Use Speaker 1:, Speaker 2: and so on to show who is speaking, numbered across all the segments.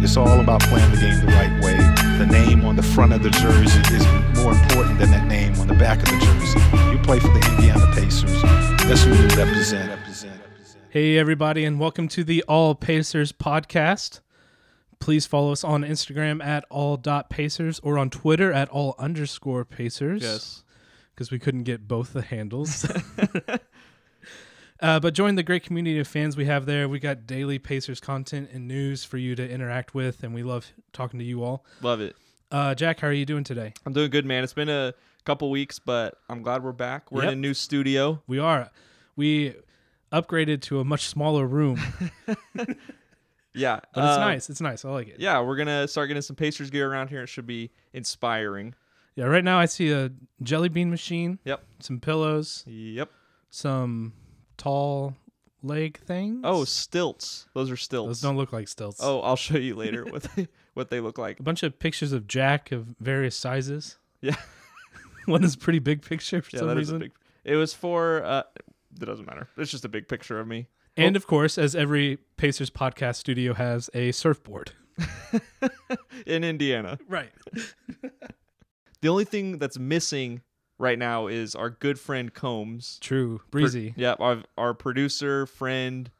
Speaker 1: it's all about playing the game the right way. The name on the front of the jersey is more important than that name on the back of the jersey. You play for the Indiana Pacers. That's who you represent.
Speaker 2: Hey, everybody, and welcome to the All Pacers podcast. Please follow us on Instagram at all.pacers or on Twitter at all underscore pacers.
Speaker 3: Yes.
Speaker 2: Because we couldn't get both the handles. uh, but join the great community of fans we have there. We got daily Pacers content and news for you to interact with, and we love talking to you all.
Speaker 3: Love it.
Speaker 2: Uh, Jack, how are you doing today?
Speaker 3: I'm doing good, man. It's been a couple weeks, but I'm glad we're back. We're
Speaker 2: Yep.
Speaker 3: in a new studio.
Speaker 2: We are. We upgraded to a much smaller room,
Speaker 3: Yeah.
Speaker 2: but it's
Speaker 3: uh,
Speaker 2: nice. It's nice. I like it.
Speaker 3: Yeah, we're going to start getting some Pacers gear around here. It should be inspiring.
Speaker 2: Yeah, right now I see a jelly bean machine,
Speaker 3: Yep.
Speaker 2: some pillows,
Speaker 3: Yep.
Speaker 2: some tall leg things.
Speaker 3: Oh, stilts. Those are stilts.
Speaker 2: those don't look like stilts.
Speaker 3: oh, I'll show you later what they, what they look like.
Speaker 2: a bunch of pictures of Jack of various sizes.
Speaker 3: Yeah.
Speaker 2: One is a pretty big picture for
Speaker 3: Yeah,
Speaker 2: some
Speaker 3: that is
Speaker 2: reason.
Speaker 3: a big. It was for uh that doesn't matter. It's just a big picture of me.
Speaker 2: and of course, as every Pacers podcast studio has a surfboard.
Speaker 3: In Indiana.
Speaker 2: Right.
Speaker 3: The only thing that's missing right now is our good friend Combs.
Speaker 2: True.
Speaker 3: Pro-
Speaker 2: Breezy.
Speaker 3: yeah, our our producer friend,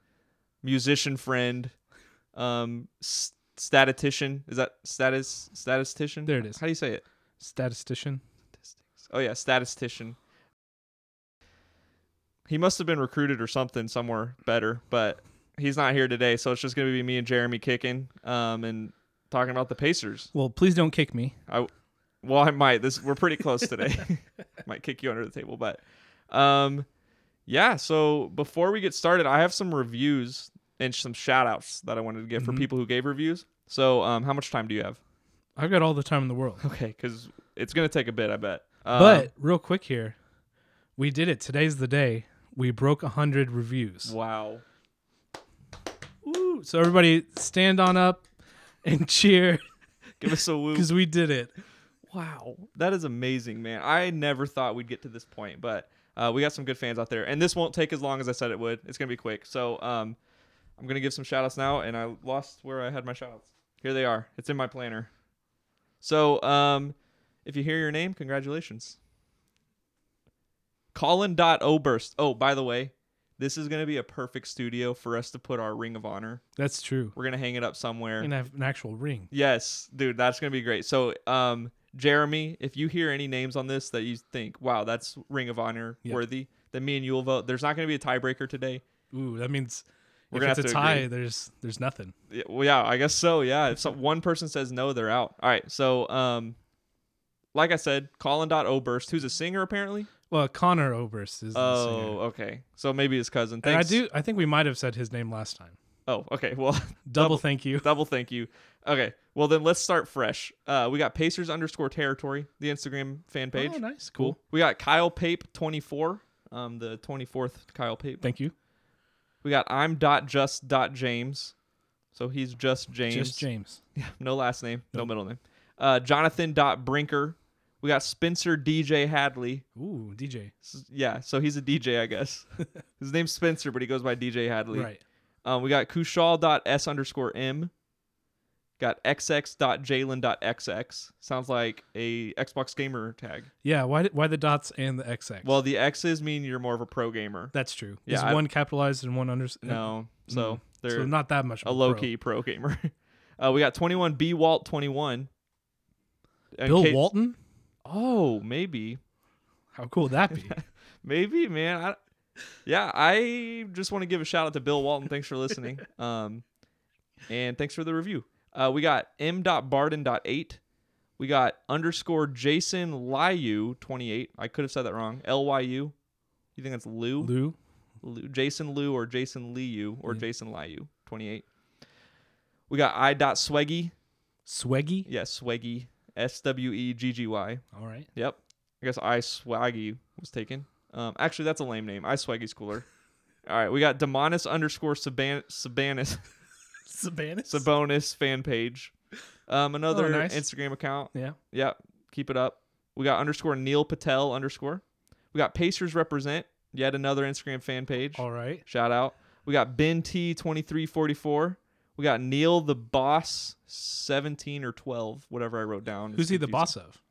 Speaker 3: musician friend, um, s- statistician. Is that status statistician?
Speaker 2: There it is.
Speaker 3: How do you say it?
Speaker 2: Statistician.
Speaker 3: Oh yeah, statistician. He must have been recruited or something somewhere better, but he's not here today, so it's just gonna be me and Jeremy kicking, um, and talking about the Pacers.
Speaker 2: Well, please don't kick me.
Speaker 3: I well, I might. This we're pretty close today. might kick you under the table, but um yeah, so before we get started, I have some reviews and some shout outs that I wanted to give for people who gave reviews. So, um how much time do you have?
Speaker 2: I've got all the time in the world.
Speaker 3: Okay, cuz it's going to take a bit, I bet. Um,
Speaker 2: But real quick here, we did it. Today's the day. We broke 100 reviews.
Speaker 3: Um, wow.
Speaker 2: Woo. So everybody stand on up and cheer
Speaker 3: Give us a woo.
Speaker 2: because we did it.
Speaker 3: Wow, that is amazing, man. I never thought we'd get to this point, but uh, we got some good fans out there, and this won't take as long as I said it would. It's gonna be quick. So um, I'm gonna give some shout outs now, and I lost where I had my shout outs. Here they are. It's in my planner. So um, if you hear your name, congratulations. Colin dot Oberst. Oh, by the way, this is gonna be a perfect studio for us to put our Ring of Honor.
Speaker 2: That's true.
Speaker 3: We're gonna hang it up somewhere.
Speaker 2: And have an actual ring.
Speaker 3: Yes, dude, that's gonna be great. So, um, Jeremy, if you hear any names on this that you think, wow, that's Ring of Honor
Speaker 2: Yeah.
Speaker 3: worthy, then me and you will vote. There's not gonna be a tiebreaker today.
Speaker 2: Ooh, that means
Speaker 3: We're
Speaker 2: if
Speaker 3: gonna
Speaker 2: it's
Speaker 3: have
Speaker 2: a
Speaker 3: to
Speaker 2: tie,
Speaker 3: agree.
Speaker 2: there's there's nothing.
Speaker 3: Yeah, well, yeah, I guess so. Yeah, if some, one person says no, they're out. All right, so um, like I said, Colin Dot Oberst, who's a singer apparently.
Speaker 2: Well, Connor Oberst is the
Speaker 3: Oh,
Speaker 2: singer.
Speaker 3: okay. So maybe his cousin.
Speaker 2: And I
Speaker 3: Thanks.
Speaker 2: do I think we might have said his name last time.
Speaker 3: Oh, okay. Well,
Speaker 2: Double, thank you.
Speaker 3: Double thank you. Okay. Well, then let's start fresh. Uh, we got Pacers underscore territory, the Instagram fan page.
Speaker 2: Oh, nice. Cool.
Speaker 3: We got Kyle Pape 24, um, the 24th Kyle Pape.
Speaker 2: Thank you.
Speaker 3: We got I'm dot just dot James, so he's just James.
Speaker 2: Just James.
Speaker 3: No last name, no middle name. Uh, Jonathan dot Brinker. We got Spencer DJ Hadley.
Speaker 2: Ooh, DJ.
Speaker 3: S- Yeah, so he's a DJ, I guess. His name's Spencer, but he goes by DJ Hadley.
Speaker 2: Right.
Speaker 3: Um, we got Kushal dot S underscore M. Got XX dot Jalen dot XX. Sounds like a Xbox gamer tag.
Speaker 2: Yeah, why did, why the dots and the XX?
Speaker 3: Well, the X's mean you're more of a pro gamer.
Speaker 2: that's true.
Speaker 3: Yeah,
Speaker 2: is
Speaker 3: I-
Speaker 2: one capitalized and one under
Speaker 3: No. So
Speaker 2: Mm.
Speaker 3: they're
Speaker 2: so not that much of
Speaker 3: a low
Speaker 2: pro.
Speaker 3: key pro gamer. Uh, we got 21 B Walt 21. And
Speaker 2: Bill
Speaker 3: Kate-
Speaker 2: Walton?
Speaker 3: Oh, maybe.
Speaker 2: How cool would that be?
Speaker 3: Maybe, man. I, yeah, I just want to give a shout out to Bill Walton. Thanks for listening. Um, and thanks for the review. Uh, we got m.barden.8. We got underscore Jason Liu 28. I could have said that wrong. L Y U. You think that's Lou?
Speaker 2: Lou?
Speaker 3: Lu- Jason Liu or Jason Liu or Jason Liu 28. We got I dot Sweggy.
Speaker 2: Sweggy?
Speaker 3: Yeah, Sweggy. S W E G G Y.
Speaker 2: All right.
Speaker 3: Yep. I guess I Swaggy was taken. Um, actually, that's a lame name. I Swaggy's cooler. All right, we got Demonis underscore Saban- Sabanis
Speaker 2: Sabanis?
Speaker 3: Sabonis fan page. Um, another
Speaker 2: Oh, nice.
Speaker 3: Instagram account.
Speaker 2: yeah.
Speaker 3: Yep, keep it up. We got underscore Neil Patel underscore. We got Pacers represent. Yet another Instagram fan page.
Speaker 2: All right.
Speaker 3: Shout out. We got Ben T twenty three forty four. We got Neil the Boss, seventeen or twelve, whatever I wrote down. is
Speaker 2: Who's he the
Speaker 3: confusing.
Speaker 2: boss of?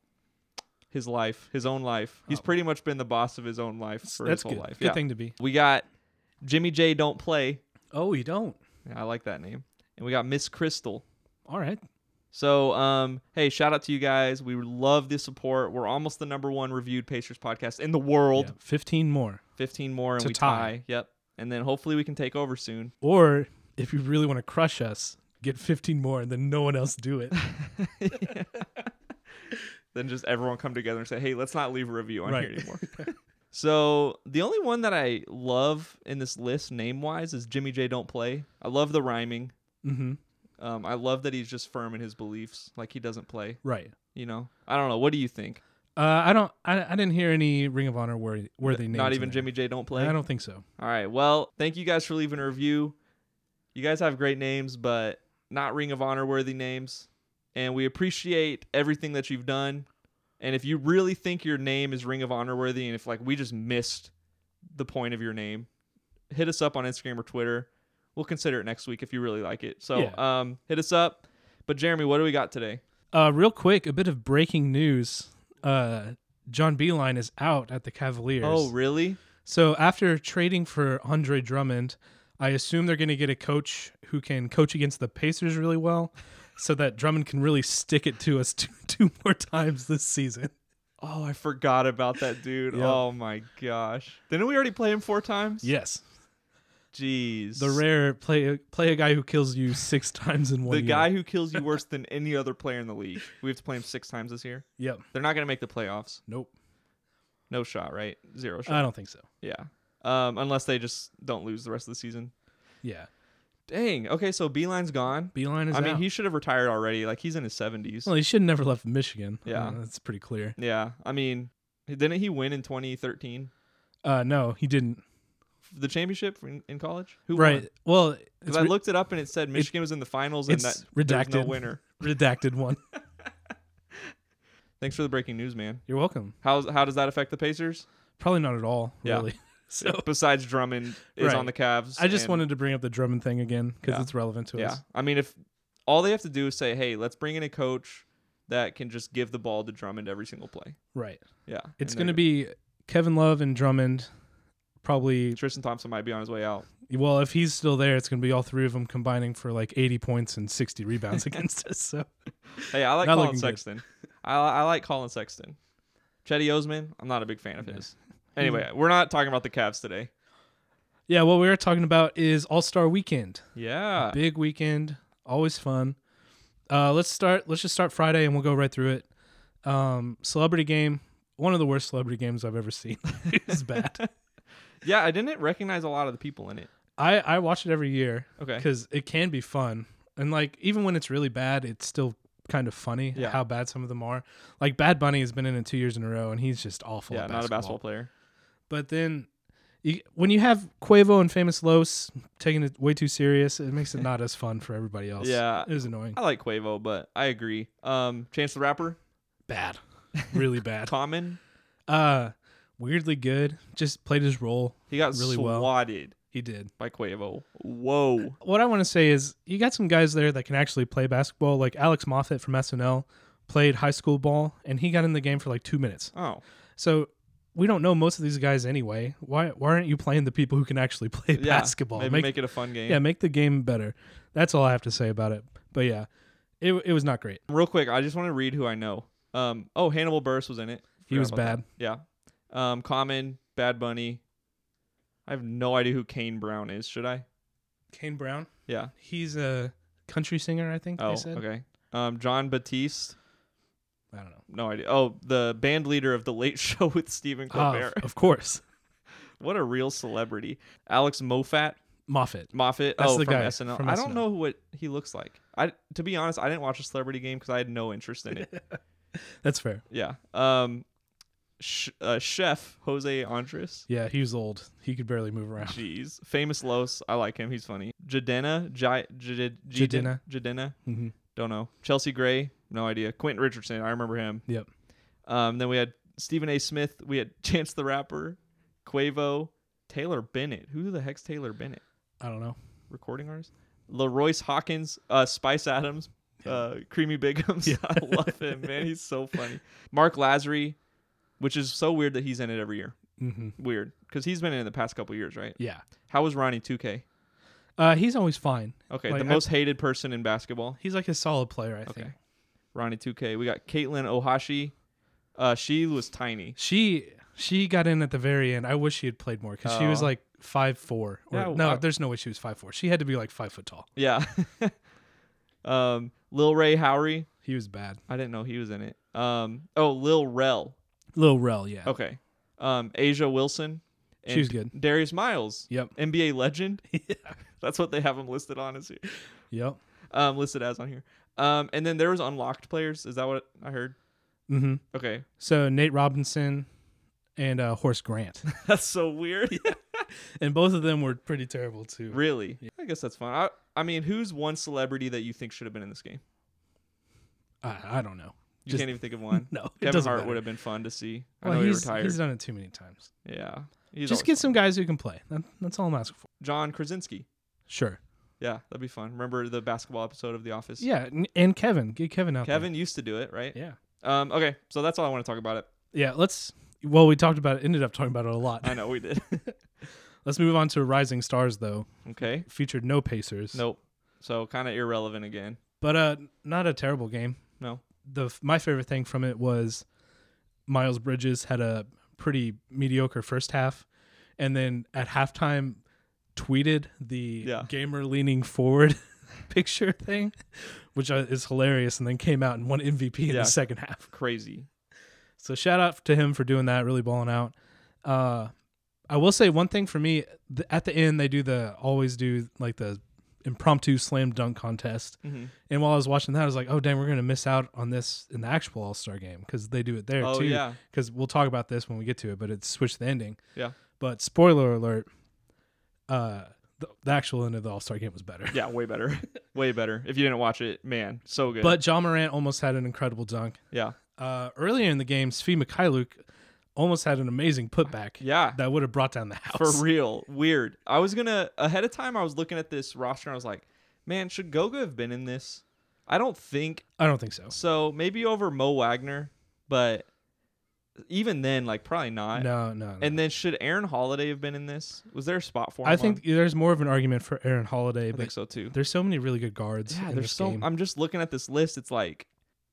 Speaker 3: His life, his own life. He's
Speaker 2: Oh.
Speaker 3: pretty much been the boss of his own life for
Speaker 2: That's
Speaker 3: his whole
Speaker 2: good.
Speaker 3: life.
Speaker 2: Good
Speaker 3: yeah.
Speaker 2: thing to be.
Speaker 3: We got Jimmy J. Don't play.
Speaker 2: Oh, you don't.
Speaker 3: Yeah, I like that name. And we got Miss Crystal.
Speaker 2: All right.
Speaker 3: So, um, hey, shout out to you guys. We love the support. We're almost the number one reviewed Pacers podcast in the world.
Speaker 2: Yeah, Fifteen more.
Speaker 3: 15 more and
Speaker 2: To
Speaker 3: we
Speaker 2: tie.
Speaker 3: tie. Yep. And then hopefully we can take over soon.
Speaker 2: Or if you really want to crush us, get fifteen more, and then no one else do it.
Speaker 3: then just everyone come together and say, "Hey, let's not leave a review on
Speaker 2: Right.
Speaker 3: here anymore." so the only one that I love in this list, name wise, is Jimmy J. Don't play. I love the rhyming.
Speaker 2: mm-hmm.
Speaker 3: Um, I love that he's just firm in his beliefs, like he doesn't play.
Speaker 2: Right.
Speaker 3: You know, I don't know. What do you think?
Speaker 2: Uh, I don't. I, I didn't hear any Ring of Honor worthy, worthy names.
Speaker 3: not
Speaker 2: in
Speaker 3: even
Speaker 2: there.
Speaker 3: Jimmy J. Don't play.
Speaker 2: I don't think so.
Speaker 3: All right. Well, thank you guys for leaving a review. You guys have great names, but not Ring of Honor worthy names. And we appreciate everything that you've done. And if you really think your name is Ring of Honor worthy, and if like we just missed the point of your name, hit us up on Instagram or Twitter. We'll consider it next week if you really like it. So
Speaker 2: Yeah.
Speaker 3: um, hit us up. But Jeremy, what do we got today?
Speaker 2: Uh, real quick, a bit of breaking news. Uh, John Beeline is out at the Cavaliers.
Speaker 3: Oh, really?
Speaker 2: So after trading for Andre Drummond, I assume they're going to get a coach who can coach against the Pacers really well, so that Drummond can really stick it to us two, two more times this season.
Speaker 3: Oh, I forgot about that dude.
Speaker 2: Yeah.
Speaker 3: Oh my gosh. Didn't we already play him four times?
Speaker 2: Yes,
Speaker 3: Jeez.
Speaker 2: the rare play play a guy who kills you six times in one.
Speaker 3: The
Speaker 2: year.
Speaker 3: guy who kills you worse than any other player in the league. We have to play him six times this year.
Speaker 2: Yep.
Speaker 3: They're not going to make the playoffs.
Speaker 2: Nope.
Speaker 3: No shot, right? Zero shot.
Speaker 2: I don't think so.
Speaker 3: yeah. Um, unless they just don't lose the rest of the season.
Speaker 2: Yeah.
Speaker 3: Dang. Okay, so Beeline's gone.
Speaker 2: Beeline is
Speaker 3: I mean,
Speaker 2: out.
Speaker 3: he should have retired already. Like he's in his seventies.
Speaker 2: well, he should have never left Michigan.
Speaker 3: Yeah.
Speaker 2: Uh, that's pretty clear.
Speaker 3: yeah. I mean, didn't he win in 2013
Speaker 2: Uh, no, he didn't.
Speaker 3: the championship in, in college? Who
Speaker 2: right.
Speaker 3: won?
Speaker 2: Well, it's
Speaker 3: Because I
Speaker 2: re-
Speaker 3: looked it up and it said Michigan was in the finals and
Speaker 2: it's
Speaker 3: that there's no
Speaker 2: redacted.
Speaker 3: winner.
Speaker 2: redacted one.
Speaker 3: Thanks for the breaking news, man.
Speaker 2: You're welcome.
Speaker 3: How's how does that affect the Pacers?
Speaker 2: Probably not at all,
Speaker 3: Yeah.
Speaker 2: really. So
Speaker 3: Besides Drummond is
Speaker 2: Right.
Speaker 3: on the Cavs.
Speaker 2: I just
Speaker 3: and-
Speaker 2: wanted to bring up the Drummond thing again because
Speaker 3: Yeah.
Speaker 2: it's relevant to
Speaker 3: Yeah.
Speaker 2: us.
Speaker 3: I mean, if all they have to do is say, hey, let's bring in a coach that can just give the ball to Drummond every single play.
Speaker 2: Right.
Speaker 3: Yeah.
Speaker 2: It's
Speaker 3: and
Speaker 2: going to
Speaker 3: they're
Speaker 2: be Kevin Love and Drummond. Probably,
Speaker 3: good. Tristan Thompson might be on his way out.
Speaker 2: well, if he's still there, it's going to be all three of them combining for like 80 points and 60 rebounds against us. So,
Speaker 3: Hey, I like
Speaker 2: Not
Speaker 3: Colin
Speaker 2: looking good.
Speaker 3: Sexton. I, I like Colin Sexton. Chetty Osman, I'm not a big fan of his. Anyway, we're not talking about the Cavs today.
Speaker 2: yeah, what we were talking about is All Star Weekend.
Speaker 3: Yeah.
Speaker 2: Big weekend, always fun. Uh, let's start. Let's just start Friday, and we'll go right through it. Um, celebrity game, one of the worst celebrity games I've ever seen. it's bad.
Speaker 3: Yeah, I didn't recognize a lot of the people in it.
Speaker 2: I I watch it every year
Speaker 3: Okay.
Speaker 2: because it can be fun, and like even when it's really bad, it's still kind of funny
Speaker 3: Yeah.
Speaker 2: how bad some of them are. Like Bad Bunny has been in it two years in a row, and he's just awful.
Speaker 3: Yeah,
Speaker 2: at
Speaker 3: not a basketball player.
Speaker 2: But then. You, when you have Quavo and Famous Los taking it way too serious, it makes it not as fun for everybody else.
Speaker 3: Yeah.
Speaker 2: it was annoying.
Speaker 3: I like Quavo, but I agree. Um, Chance the Rapper,
Speaker 2: Bad, really bad.
Speaker 3: Common,
Speaker 2: Uh weirdly good. Just played his role.
Speaker 3: he got
Speaker 2: Really well.
Speaker 3: swatted
Speaker 2: He did.
Speaker 3: by Quavo. Whoa.
Speaker 2: What I want to say is you got some guys there that can actually play basketball, like Alex Moffat from SNL played high school ball and he got in the game for like two minutes.
Speaker 3: Oh.
Speaker 2: So we don't know most of these guys anyway. Why why aren't you playing the people who can actually play
Speaker 3: yeah,
Speaker 2: basketball?
Speaker 3: Maybe
Speaker 2: Make-
Speaker 3: make, it a fun game.
Speaker 2: yeah, make the game better. That's all I have to say about it. But yeah, it, it was not great.
Speaker 3: Real quick, I just want to read who I know. Um, oh, Hannibal Burris was in it.
Speaker 2: He
Speaker 3: Forgot
Speaker 2: was
Speaker 3: about that.
Speaker 2: bad.
Speaker 3: Yeah. Um, Common, Bad Bunny. I have no idea who Kane Brown is. Should I?
Speaker 2: Kane Brown,
Speaker 3: Yeah.
Speaker 2: he's a country singer, I think
Speaker 3: Oh,
Speaker 2: they said.
Speaker 3: okay. Um, John Batiste.
Speaker 2: I don't know.
Speaker 3: No idea. Oh, the band leader of The Late Show with Stephen
Speaker 2: Ah,
Speaker 3: Colbert.
Speaker 2: of course.
Speaker 3: what a real celebrity. Alex Moffat.
Speaker 2: Moffat.
Speaker 3: Moffat.
Speaker 2: That's
Speaker 3: oh,
Speaker 2: the
Speaker 3: from
Speaker 2: guy
Speaker 3: SNL.
Speaker 2: from
Speaker 3: I don't
Speaker 2: SNL.
Speaker 3: know what he looks like. I to be honest, I didn't watch a celebrity game because I had no interest in it.
Speaker 2: That's fair.
Speaker 3: yeah. Um, sh- uh, Chef Jose Andres.
Speaker 2: Yeah, he was old. He could barely move around.
Speaker 3: Jeez. Famous Los. I like him. He's funny. Jadena. J- J-
Speaker 2: Jadena.
Speaker 3: Jadena.
Speaker 2: Mhm.
Speaker 3: Don't know. Chelsea Gray. No idea. Quentin Richardson. I remember him.
Speaker 2: Yep.
Speaker 3: Um, then we had Stephen A. Smith. We had Chance the Rapper. Quavo. Taylor Bennett. Who the heck's Taylor Bennett?
Speaker 2: I don't know.
Speaker 3: Recording artist? Leroyce Hawkins, uh, Spice Adams, uh, Creamy Bigums. I love him, man. He's so funny. Mark Lazary, which is so weird that he's in it every year.
Speaker 2: Mm-hmm.
Speaker 3: Weird, because he's been in it the past couple years, right?
Speaker 2: Yeah.
Speaker 3: How was Ronnie 2K?
Speaker 2: Uh, he's always fine.
Speaker 3: Okay,
Speaker 2: Like,
Speaker 3: the
Speaker 2: I-
Speaker 3: most hated person in basketball.
Speaker 2: He's like a solid player, I
Speaker 3: Okay.
Speaker 2: think.
Speaker 3: Ronnie 2K. We got Caitlin Ohashi. Uh, she was tiny.
Speaker 2: She she got in at the very end. I wish she had played more because she was
Speaker 3: Oh.
Speaker 2: like five four. Or,
Speaker 3: Yeah,
Speaker 2: no,
Speaker 3: I-
Speaker 2: there's no way she was five four. She had to be like five foot tall.
Speaker 3: Yeah. um, Lil Ray Howery.
Speaker 2: He was bad.
Speaker 3: I didn't know he was in it. Um, oh, Lil Rel.
Speaker 2: Lil Rel, yeah.
Speaker 3: Okay. Um, Asia Wilson.
Speaker 2: She was good.
Speaker 3: Darius Miles.
Speaker 2: Yep.
Speaker 3: NBA legend. That's what they have him listed on is here.
Speaker 2: Yep.
Speaker 3: Um, listed as on here. Um, and then there was unlocked players. Is that what I heard?
Speaker 2: Mm-hmm.
Speaker 3: Okay.
Speaker 2: So Nate Robinson and uh, Horace Grant,
Speaker 3: That's so weird.
Speaker 2: and both of them were pretty terrible too.
Speaker 3: Really? I guess that's fun. I, I mean, who's one celebrity that you think should have been in this game?
Speaker 2: I, I don't know.
Speaker 3: You
Speaker 2: Just-
Speaker 3: can't even think of one.
Speaker 2: No, it
Speaker 3: Kevin
Speaker 2: doesn't
Speaker 3: Hart
Speaker 2: matter.
Speaker 3: would have been fun to see. I
Speaker 2: Well,
Speaker 3: know he
Speaker 2: he's,
Speaker 3: retired.
Speaker 2: he's done it too many times.
Speaker 3: yeah. He's
Speaker 2: Just
Speaker 3: always
Speaker 2: get
Speaker 3: fun.
Speaker 2: some guys who can play. That, that's all I'm asking for.
Speaker 3: John Krasinski.
Speaker 2: Sure.
Speaker 3: Yeah, that'd be fun. Remember the basketball episode of The Office?
Speaker 2: Yeah, and, and Kevin, get Kevin out. there.
Speaker 3: Kevin used to do it, right?
Speaker 2: Yeah.
Speaker 3: Um, okay, so that's all I want to talk about it.
Speaker 2: Yeah. Let's. Well, we talked about it. Ended up talking about it a lot.
Speaker 3: I know we did.
Speaker 2: Let's move on to Rising Stars though.
Speaker 3: okay.
Speaker 2: Featured no Pacers.
Speaker 3: Nope. So kind of irrelevant again.
Speaker 2: But uh, not a terrible game.
Speaker 3: No.
Speaker 2: The f- my favorite thing from it was Miles Bridges had a pretty mediocre first half, and then at halftime tweeted the
Speaker 3: Yeah.
Speaker 2: gamer leaning forward picture thing, which uh, is hilarious, and then came out and won MVP in
Speaker 3: Yeah.
Speaker 2: the second half.
Speaker 3: Crazy.
Speaker 2: So shout out to him for doing that, really balling out. Uh, I will say one thing for me th- at the end they do the always do like the impromptu slam dunk contest.
Speaker 3: Mhm.
Speaker 2: And while I was watching that, I was like, oh damn, we're gonna miss out on this in the actual All Star game because they do it there
Speaker 3: Oh,
Speaker 2: too.
Speaker 3: yeah.
Speaker 2: Because we'll talk about this when we get to it, but it switched the ending.
Speaker 3: Yeah.
Speaker 2: But spoiler alert, uh, the, the actual end of the All Star game was better.
Speaker 3: Yeah, way better. way better. If you didn't watch it, man, so good.
Speaker 2: But John Morant almost had an incredible dunk.
Speaker 3: yeah,
Speaker 2: Uh, earlier in the game, Svi Mikhailuk almost had an amazing putback.
Speaker 3: yeah.
Speaker 2: that would have brought down the
Speaker 3: For
Speaker 2: house.
Speaker 3: real. Weird. I was gonna ahead of time I was looking at this roster and I was like, man, should Goga have been in this? I don't think
Speaker 2: I don't think so.
Speaker 3: so. Maybe over Mo Wagner, but even then, like probably not.
Speaker 2: No, no. no.
Speaker 3: And then should Aaron Holiday have been in this? Was there a spot for him?
Speaker 2: I
Speaker 3: on-
Speaker 2: think there's more of an argument for Aaron Holiday,
Speaker 3: I
Speaker 2: but
Speaker 3: think so too.
Speaker 2: there's so many really good guards.
Speaker 3: Yeah,
Speaker 2: in
Speaker 3: there's
Speaker 2: this
Speaker 3: so
Speaker 2: game.
Speaker 3: I'm just looking at this list, it's like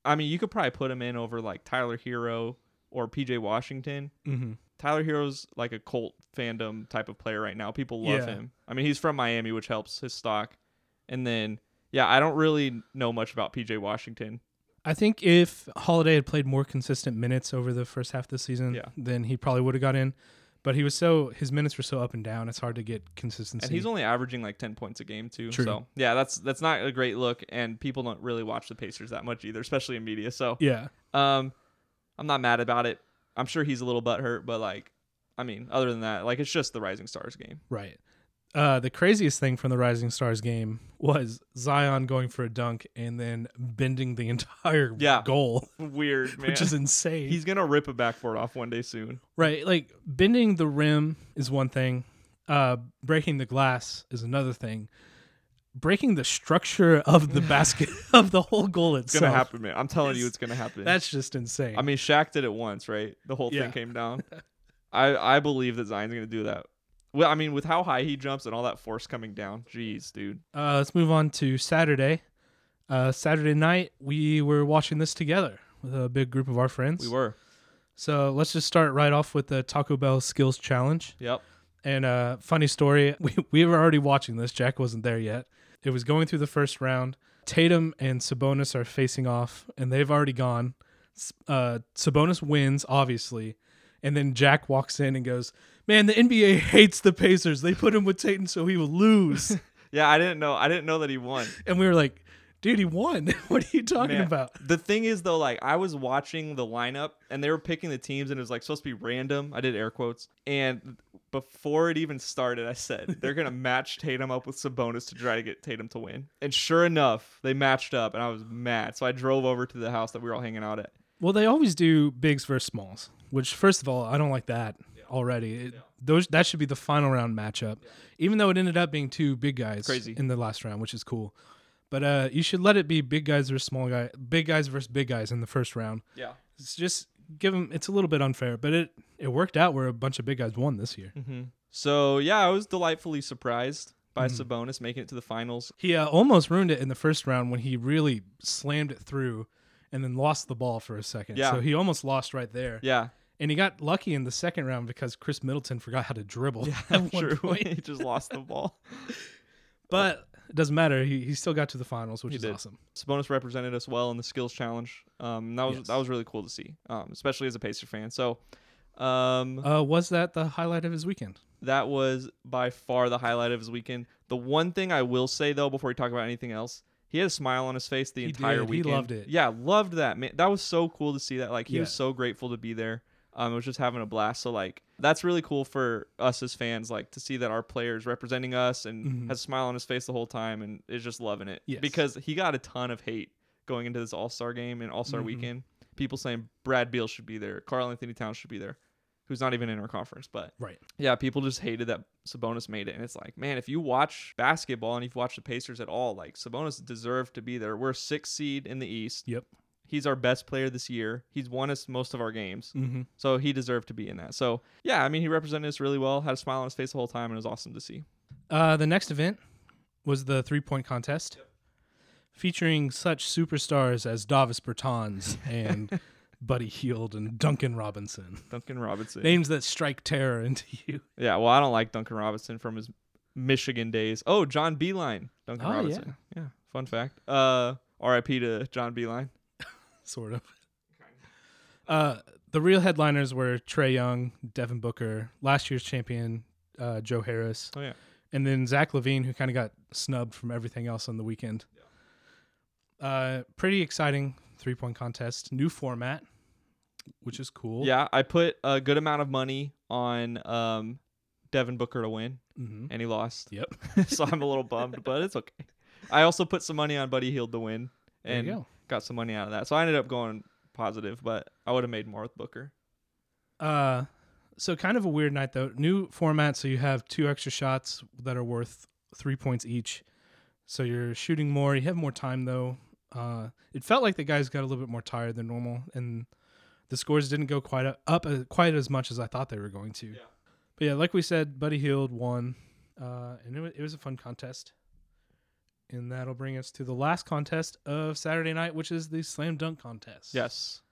Speaker 3: I mean, you could probably put him in over like Tyler Hero or PJ Washington.
Speaker 2: Mhm.
Speaker 3: Tyler Hero's like a cult fandom type of player right now. People love
Speaker 2: Yeah.
Speaker 3: him. I mean, he's from Miami, which helps his stock. And then, yeah, I don't really know much about PJ Washington.
Speaker 2: I think if Holiday had played more consistent minutes over the first half of the season,
Speaker 3: Yeah.
Speaker 2: then he probably would have got in. But he was so his minutes were so up and down. It's hard to get consistency.
Speaker 3: And he's only averaging like 10 points a game, too.
Speaker 2: True.
Speaker 3: So, yeah, that's that's not a great look and people don't really watch the Pacers that much either, especially in media. So,
Speaker 2: yeah,
Speaker 3: um I'm not mad about it. I'm sure he's a little butthurt, but like I mean, other than that, like it's just the Rising Stars game.
Speaker 2: right. Uh, the craziest thing from the Rising Stars game was Zion going for a dunk and then bending the entire
Speaker 3: Yeah.
Speaker 2: goal,
Speaker 3: Weird, man.
Speaker 2: which is insane.
Speaker 3: he's going to rip a backboard off one day soon.
Speaker 2: Right. Like bending the rim is one thing, uh, breaking the glass is another thing. Breaking the structure of the basket of the whole goal
Speaker 3: It's going
Speaker 2: itself.
Speaker 3: to happen, man. I'm telling you it's going to happen.
Speaker 2: That's just insane.
Speaker 3: I mean, Shaq did it once, right? The whole
Speaker 2: Yeah.
Speaker 3: thing came down. I I believe that Zion's gonna do that. Well, I mean, with how high he jumps and all that force coming down, jeez, dude.
Speaker 2: uh, let's move on to Saturday. Uh, Saturday night, we were watching this together with a big group of our friends.
Speaker 3: We were.
Speaker 2: So let's just start right off with the Taco Bell Skills Challenge.
Speaker 3: Yep.
Speaker 2: And uh, funny story, we, we were already watching this. Jack wasn't there yet. It was going through the first round. Tatum and Sabonis are facing off, and they've already gone. S- Uh, Sabonis wins, obviously. And then Jack walks in and goes, Man, the NBA hates the Pacers. They put him with Tatum so he will lose.
Speaker 3: Yeah, I didn't know. I didn't know that he won.
Speaker 2: and we were like, Dude, he won. what are you talking
Speaker 3: Man,
Speaker 2: about?
Speaker 3: The thing is though, like I was watching the lineup and they were picking the teams and it was like supposed to be random. I did air quotes. And before it even started, I said they're gonna match Tatum up with Sabonis to try to get Tatum to win. And sure enough, they matched up and I was mad. So I drove over to the house that we were all hanging out at.
Speaker 2: Well, they always do bigs versus smalls, which, first of all, I don't like that. already. It, Those that should be the final round matchup, even though it ended up being two big guys
Speaker 3: Crazy.
Speaker 2: in the last round, which is cool. But uh, you should let it be big guys versus small guy, big guys versus big guys in the first round.
Speaker 3: Yeah.
Speaker 2: It's just give them. It's a little bit unfair, but it it worked out where a bunch of big guys won this year.
Speaker 3: Mm-hmm. So yeah, I was delightfully surprised by
Speaker 2: Hmm.
Speaker 3: Sabonis making it to the finals.
Speaker 2: He uh, almost ruined it in the first round when he really slammed it through, and then lost the ball for a second.
Speaker 3: Yeah.
Speaker 2: So he almost lost right there.
Speaker 3: Yeah,
Speaker 2: And he got lucky in the second round because Chris Middleton forgot how to dribble at one
Speaker 3: true.
Speaker 2: point.
Speaker 3: he just lost the ball.
Speaker 2: But it doesn't matter. He, he still got to the finals, which is
Speaker 3: did.
Speaker 2: awesome.
Speaker 3: Sabonis represented us well in the skills challenge. Um, that was
Speaker 2: Yes.
Speaker 3: that was really cool to see, um, especially as a Pacer fan. So, um,
Speaker 2: Uh, was that the highlight of his weekend?
Speaker 3: that was by far the highlight of his weekend. The one thing I will say though, before we talk about anything else, he had a smile on his face the
Speaker 2: He
Speaker 3: entire
Speaker 2: did. He
Speaker 3: weekend.
Speaker 2: loved it.
Speaker 3: Yeah, loved that man. That was so cool to see that. Like he was
Speaker 2: Yeah.
Speaker 3: so grateful to be there. Um, I was just having a blast. So like that's really cool for us as fans, like to see that our players representing us and has a smile on his face the whole time and is just loving it.
Speaker 2: Mm-hmm. Yes.
Speaker 3: Because he got a ton of hate going into this All Star game and All
Speaker 2: Mm-hmm.
Speaker 3: Star weekend. People saying Brad Beal should be there, Carl Anthony Towns should be there, who's not even in our conference, but
Speaker 2: Right.
Speaker 3: yeah, people just hated that Sabonis made it. And it's like, man, if you watch basketball and you've watched the Pacers at all, like Sabonis deserved to be there. We're sixth seed in the East.
Speaker 2: Yep.
Speaker 3: He's our best player this year. He's won us most of our games.
Speaker 2: Mm-hmm.
Speaker 3: So he deserved to be in that. So yeah, I mean, he represented us really well, had a smile on his face the whole time, and it was awesome to see.
Speaker 2: Uh, the next event was the three point contest featuring such superstars as Davis Bertans and Buddy Heald and Duncan Robinson.
Speaker 3: Duncan Robinson.
Speaker 2: Names that strike terror into you.
Speaker 3: yeah, well, I don't like Duncan Robinson from his Michigan days. Oh, John Beeline. Duncan
Speaker 2: Oh, yeah.
Speaker 3: Robinson. Yeah. Fun fact. Uh RIP to John Beeline.
Speaker 2: sort of. Uh, the real headliners were Trey Young, Devin Booker, last year's champion uh, Joe Harris,
Speaker 3: Oh yeah.
Speaker 2: and then Zach Levine, who kind of got snubbed from everything else on the weekend. Uh, pretty exciting three point contest, new format, which is cool.
Speaker 3: Yeah, I put a good amount of money on um, Devin Booker to win,
Speaker 2: hmm
Speaker 3: and he lost.
Speaker 2: Yep.
Speaker 3: so I'm a little bummed, but it's okay. I also put some money on Buddy Heald to win,
Speaker 2: There
Speaker 3: and
Speaker 2: you go.
Speaker 3: got some money out of that. So I ended up going positive, but I would have made more with Booker.
Speaker 2: Uh, so kind of a weird night though. New format, so you have two extra shots that are worth three points each. So you're shooting more. You have more time though. Uh, it felt like the guys got a little bit more tired than normal, and the scores didn't go quite up, up uh, quite as much as I thought they were going to. But yeah, like we said, Buddy Heald won, uh, and it was, it was a fun contest. And that'll bring us to the last contest of Saturday night, which is the slam dunk contest.
Speaker 3: Yes.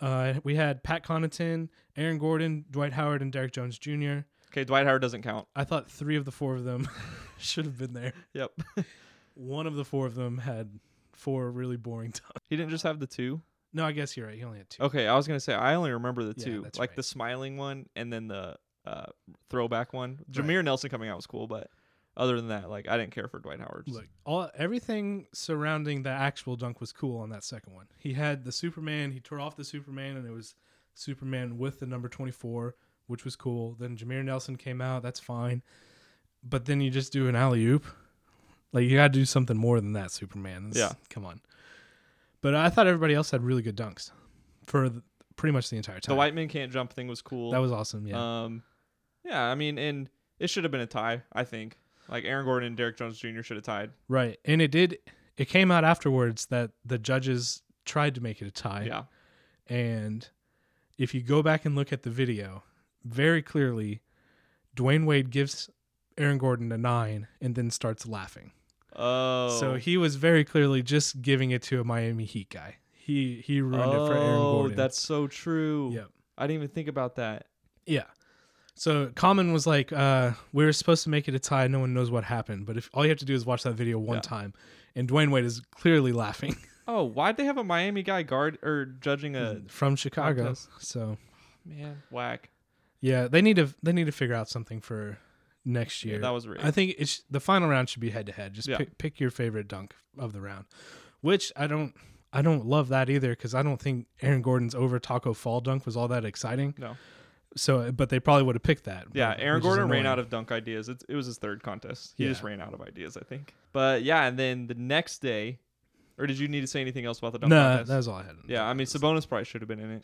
Speaker 2: Uh, we had Pat Connaughton, Aaron Gordon, Dwight Howard, and Derek Jones Jr.
Speaker 3: Okay, Dwight Howard doesn't count.
Speaker 2: I thought three of the four of them should have been there.
Speaker 3: Yep.
Speaker 2: One of the four of them had four really boring times.
Speaker 3: he didn't just have the two.
Speaker 2: No, I guess you're right. He only had two.
Speaker 3: Okay, I was gonna say I only remember the
Speaker 2: Yeah,
Speaker 3: two,
Speaker 2: that's
Speaker 3: like
Speaker 2: right.
Speaker 3: the smiling one and then the uh, throwback one. Jameer Nelson coming out was cool, but other than that, like I didn't care for Dwight Howard. Just-
Speaker 2: Look, all everything surrounding the actual dunk was cool on that second one. He had the Superman. He tore off the Superman, and it was Superman with the number twenty four, which was cool. Then Jameer Nelson came out. That's fine, but then you just do an alley oop. Like you got to do something more than that, Superman. This-
Speaker 3: Yeah.
Speaker 2: come on. But I thought everybody else had really good dunks for the, pretty much the entire time.
Speaker 3: The white man can't jump thing was cool.
Speaker 2: that was awesome. Yeah,
Speaker 3: Um, yeah, I mean, and it should have been a tie. I think like Aaron Gordon and Derek Jones Jr. should have tied.
Speaker 2: right. And it did. It came out afterwards that the judges tried to make it a tie.
Speaker 3: Yeah,
Speaker 2: And if you go back and look at the video, very clearly, Dwayne Wade gives Aaron Gordon a nine and then starts laughing.
Speaker 3: oh,
Speaker 2: So he was very clearly just giving it to a Miami Heat guy. He he ruined
Speaker 3: oh,
Speaker 2: it for Aaron Gordon.
Speaker 3: that's so true.
Speaker 2: Yep.
Speaker 3: I didn't even think about that.
Speaker 2: yeah. So Common was like, uh, "We were supposed to make it a tie. No one knows what happened. But if all you have to do is watch that video one
Speaker 3: Yeah.
Speaker 2: time, and Dwayne Wade is clearly laughing
Speaker 3: Oh, why'd they have a Miami guy guard or judging a
Speaker 2: from Chicago.
Speaker 3: Contest.
Speaker 2: So
Speaker 3: man whack?
Speaker 2: yeah, they need to they need to figure out something for next year.
Speaker 3: Yeah, that was rigged.
Speaker 2: I think it's the final round should be head to head. Just
Speaker 3: Yeah.
Speaker 2: pick, pick your favorite dunk of the round, which I don't I don't love that either because I don't think Aaron Gordon's over Taco Fall dunk was all that exciting.
Speaker 3: No.
Speaker 2: So, but they probably would have picked that.
Speaker 3: Yeah,
Speaker 2: but-
Speaker 3: Aaron
Speaker 2: which is
Speaker 3: Gordon ran
Speaker 2: annoying.
Speaker 3: out of dunk ideas. It, it was his third contest. He just
Speaker 2: Yeah.
Speaker 3: ran out of ideas, I think. But yeah, and then the next day, or did you need to say anything else about the dunk
Speaker 2: No,
Speaker 3: contest?
Speaker 2: that was all I had.
Speaker 3: Yeah, I mean Sabonis probably should have been in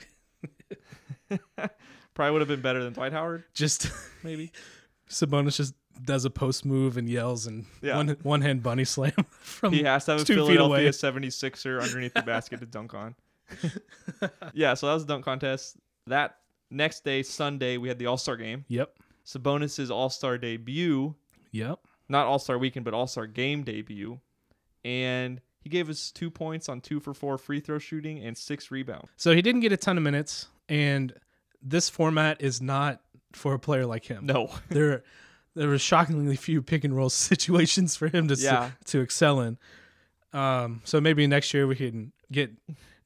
Speaker 3: it. Probably would have been better than Dwight Howard.
Speaker 2: Just maybe Sabonis just does a post move and yells and
Speaker 3: Yeah.
Speaker 2: one one hand bunny slam from
Speaker 3: He has to have a
Speaker 2: two feet
Speaker 3: Philadelphia
Speaker 2: away.
Speaker 3: 76er underneath the basket to dunk on. yeah, so that was the dunk contest. That next day, Sunday, we had the All Star game.
Speaker 2: Yep.
Speaker 3: Sabonis' All Star debut,
Speaker 2: Yep.
Speaker 3: not All Star weekend, but All Star game debut. And he gave us two points on two for four free throw shooting and six rebounds.
Speaker 2: So he didn't get a ton of minutes, and this format is not for a player like him.
Speaker 3: No.
Speaker 2: there there were shockingly few pick and roll situations for him to s-
Speaker 3: Yeah.
Speaker 2: to excel in. Um, so maybe next year we can get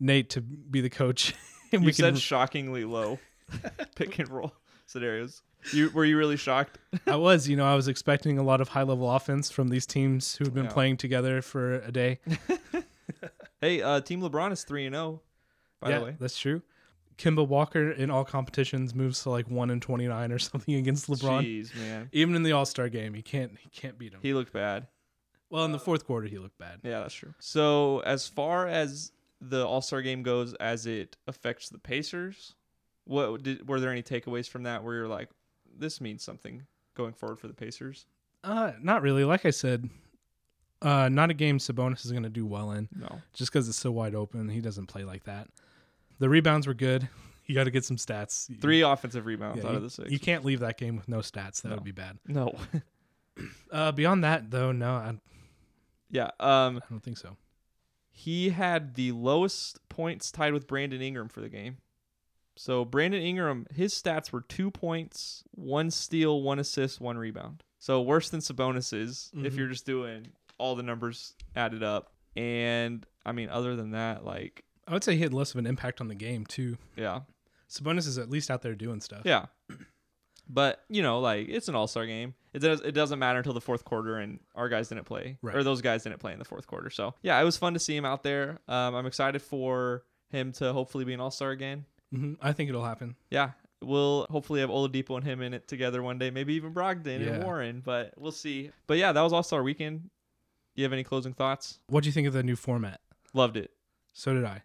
Speaker 2: Nate to be the coach, and
Speaker 3: You
Speaker 2: we
Speaker 3: said
Speaker 2: can.
Speaker 3: shockingly low pick and roll scenarios. You were you really shocked?
Speaker 2: I was, you know, I was expecting a lot of high level offense from these teams who had been
Speaker 3: Yeah.
Speaker 2: playing together for a day.
Speaker 3: Hey, uh, Team LeBron is three and zero. By
Speaker 2: yeah,
Speaker 3: the way,
Speaker 2: that's true. Kimba Walker in all competitions moves to like one and twenty nine or something against LeBron.
Speaker 3: jeez man,
Speaker 2: Even in the All Star game, he can't he can't beat him.
Speaker 3: he looked bad.
Speaker 2: well, in the fourth quarter, he looked bad.
Speaker 3: Yeah, that's true. So as far as the All Star game goes, as it affects the Pacers, what did, were there any takeaways from that where you're like, this means something going forward for the Pacers?
Speaker 2: Uh, not really. Like I said, uh, not a game Sabonis is going to do well in,
Speaker 3: No.
Speaker 2: just because it's so wide open. He doesn't play like that. The rebounds were good. You got to get some stats. You-
Speaker 3: Three offensive rebounds
Speaker 2: yeah,
Speaker 3: out
Speaker 2: you,
Speaker 3: of the six.
Speaker 2: You can't leave that game with no stats. That
Speaker 3: No.
Speaker 2: would be bad.
Speaker 3: no.
Speaker 2: Uh, beyond that, though, no, I,
Speaker 3: yeah. Um.
Speaker 2: I don't think so.
Speaker 3: he had the lowest points tied with Brandon Ingram for the game. So Brandon Ingram, his stats were two points, one steal, one assist, one rebound. So worse than Sabonis's if
Speaker 2: Mhm.
Speaker 3: you're just doing all the numbers added up. And I mean, other than that, like,
Speaker 2: I would say he had less of an impact on the game too.
Speaker 3: yeah,
Speaker 2: Sabonis is at least out there doing stuff.
Speaker 3: yeah. But you know, like, it's an All Star game. It does. It doesn't matter until the fourth quarter, and our guys didn't play,
Speaker 2: Right.
Speaker 3: or those guys didn't play in the fourth quarter. So yeah, it was fun to see him out there. Um, I'm excited for him to hopefully be an All Star again.
Speaker 2: hmm I think it'll happen.
Speaker 3: yeah, we'll hopefully have Oladipo and him in it together one day. Maybe even Brogdon
Speaker 2: Yeah.
Speaker 3: and Warren, but we'll see. But yeah, that was All Star Weekend. You have any closing thoughts?
Speaker 2: What do you think of the new format?
Speaker 3: Loved it.
Speaker 2: So did I.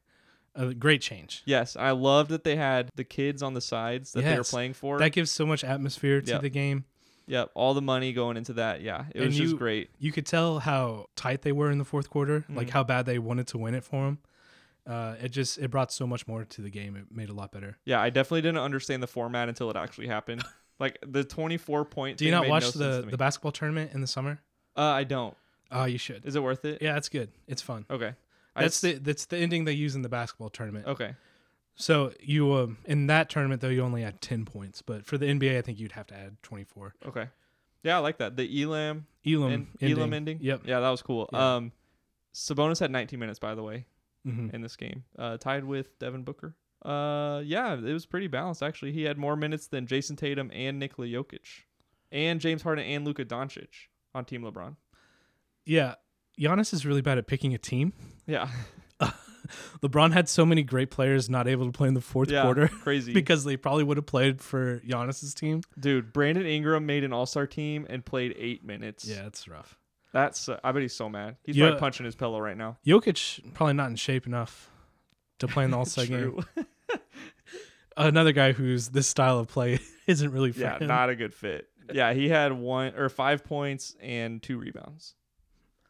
Speaker 2: A great change.
Speaker 3: Yes, I loved that they had the kids on the sides that they were
Speaker 2: Yes.
Speaker 3: playing for.
Speaker 2: That gives so much atmosphere to
Speaker 3: Yeah.
Speaker 2: the game.
Speaker 3: yep, all the money going into that. Yeah, it
Speaker 2: And
Speaker 3: was just
Speaker 2: you-
Speaker 3: great. Mm.
Speaker 2: you could tell how tight they were in the fourth quarter, like how bad they wanted to win it for him. Uh, it just it brought so much more to the game. It made it a lot better.
Speaker 3: Yeah, I definitely didn't understand the format until it actually happened. like the twenty four point.
Speaker 2: Do you
Speaker 3: thing
Speaker 2: not
Speaker 3: made
Speaker 2: watch
Speaker 3: no sense
Speaker 2: the
Speaker 3: to me.
Speaker 2: the basketball tournament in the summer?
Speaker 3: uh, I don't.
Speaker 2: Oh, you should.
Speaker 3: Is it worth it?
Speaker 2: Yeah, it's good. It's fun.
Speaker 3: Okay. I
Speaker 2: That's
Speaker 3: s- Oh.
Speaker 2: the that's the ending they use in the basketball tournament.
Speaker 3: Okay.
Speaker 2: So you um, in that tournament though you only had ten points, but for the NBA I think you'd have to add twenty four.
Speaker 3: Okay. Yeah, I like that. The Elam
Speaker 2: Elam
Speaker 3: and
Speaker 2: ending.
Speaker 3: Elam ending.
Speaker 2: Yep.
Speaker 3: Yeah, that was cool.
Speaker 2: Yeah.
Speaker 3: Um, Sabonis had 19 minutes, by the way,
Speaker 2: hmm
Speaker 3: in this game, uh, tied with Devin Booker. Uh, yeah, it was pretty balanced actually. He had more minutes than Jason Tatum and Nikola Jokic, and James Harden and Luka Doncic on Team LeBron.
Speaker 2: Yeah. Giannis is really bad at picking a team.
Speaker 3: Yeah,
Speaker 2: LeBron had so many great players not able to play in the fourth
Speaker 3: yeah,
Speaker 2: quarter.
Speaker 3: crazy.
Speaker 2: because they probably would have played for Giannis's team.
Speaker 3: Dude, Brandon Ingram made an All Star team and played eight minutes.
Speaker 2: Yeah, it's rough.
Speaker 3: that's uh, I bet he's so mad. He's
Speaker 2: Yeah.
Speaker 3: probably punching his pillow right now.
Speaker 2: Jokic probably not in shape enough to play in the All Star game.
Speaker 3: True.
Speaker 2: Another guy who's this style of play isn't really for
Speaker 3: yeah,
Speaker 2: him.
Speaker 3: not a good fit. Yeah, he had one or five points and two rebounds.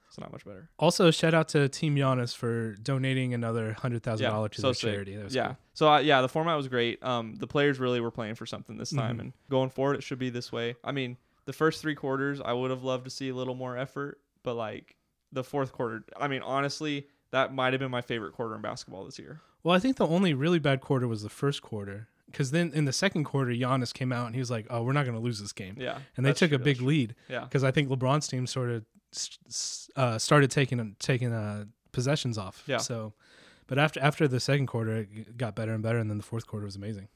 Speaker 3: So not much better.
Speaker 2: also, shout out to Team Giannis for donating another hundred thousand
Speaker 3: Yeah,
Speaker 2: dollars to
Speaker 3: so
Speaker 2: their
Speaker 3: sick.
Speaker 2: charity. That was
Speaker 3: yeah.
Speaker 2: cool.
Speaker 3: So uh, yeah, the format was great. Um, the players really were playing for something this time,
Speaker 2: Mm-hmm.
Speaker 3: and going forward, it should be this way. I mean, the first three quarters, I would have loved to see a little more effort, but like the fourth quarter, I mean, honestly, that might have been my favorite quarter in basketball this year.
Speaker 2: Well, I think the only really bad quarter was the first quarter. Because then in the second quarter, Giannis came out and he was like, "Oh, we're not going to lose this game,"
Speaker 3: Yeah,
Speaker 2: and they
Speaker 3: that's
Speaker 2: took a
Speaker 3: true,
Speaker 2: big
Speaker 3: that's
Speaker 2: lead.
Speaker 3: true. Yeah,
Speaker 2: Because I think LeBron's team sort of s- s- uh, started taking taking uh, possessions off.
Speaker 3: Yeah.
Speaker 2: So, but after after the second quarter, it g- got better and better, and then the fourth quarter was amazing.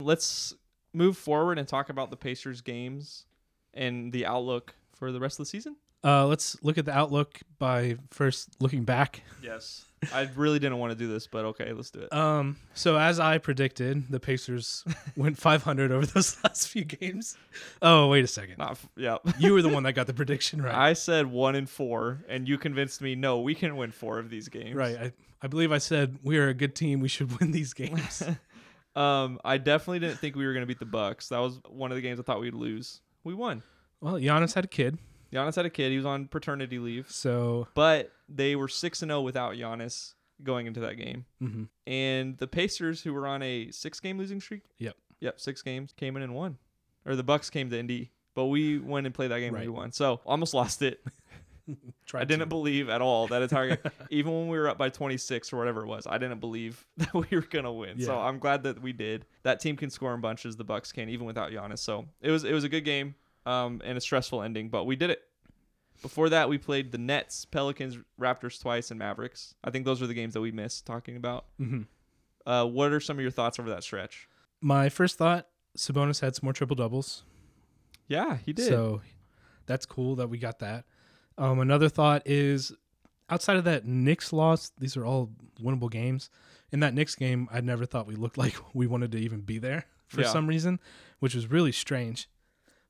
Speaker 3: let's move forward and talk about the Pacers games and the outlook for the rest of the season.
Speaker 2: Uh, let's look at the outlook by first looking back.
Speaker 3: Yes, I really didn't want to do this, but okay, let's do it.
Speaker 2: Um, so as I predicted, the Pacers went 500 over those last few games. Oh, wait a second.
Speaker 3: Not f- yeah.
Speaker 2: You were the one that got the prediction right.
Speaker 3: I said one and four, and you convinced me no, we can win four of these games.
Speaker 2: Right. I, I believe I said we are a good team. We should win these games.
Speaker 3: Um, I definitely didn't think we were going to beat the Bucks. That was one of the games I thought we'd lose. We won.
Speaker 2: Well, Giannis had a kid,
Speaker 3: Giannis had a kid. He was on paternity leave,
Speaker 2: so
Speaker 3: but they were six and zero without Giannis going into that game.
Speaker 2: mhm.
Speaker 3: And the Pacers, who were on a six-game losing streak,
Speaker 2: Yep.
Speaker 3: yep, six games, came in and won. Or the Bucks came to Indy, but we went and played that game and we
Speaker 2: Right.
Speaker 3: won. So almost lost it.
Speaker 2: tried
Speaker 3: I didn't believe at all that entire game. Even when we were up by 26 or whatever it was, I didn't believe that we were gonna win. So
Speaker 2: Yeah.
Speaker 3: I'm glad that we did. That team can score in bunches. The Bucks can even without Giannis. So it was it was a good game um, and a stressful ending, but we did it. Before that, we played the Nets, Pelicans, Raptors twice, and Mavericks. I think those are the games that we missed talking about.
Speaker 2: to. Mhm.
Speaker 3: Uh, what are some of your thoughts over that stretch?
Speaker 2: My first thought: Sabonis had some more triple doubles,
Speaker 3: Yeah, he did.
Speaker 2: so that's cool that we got that. Um, another thought is, outside of that Knicks loss, these are all winnable games. In that Knicks game, I never thought we looked like we wanted to even be there for
Speaker 3: Yeah.
Speaker 2: some reason, which was really strange.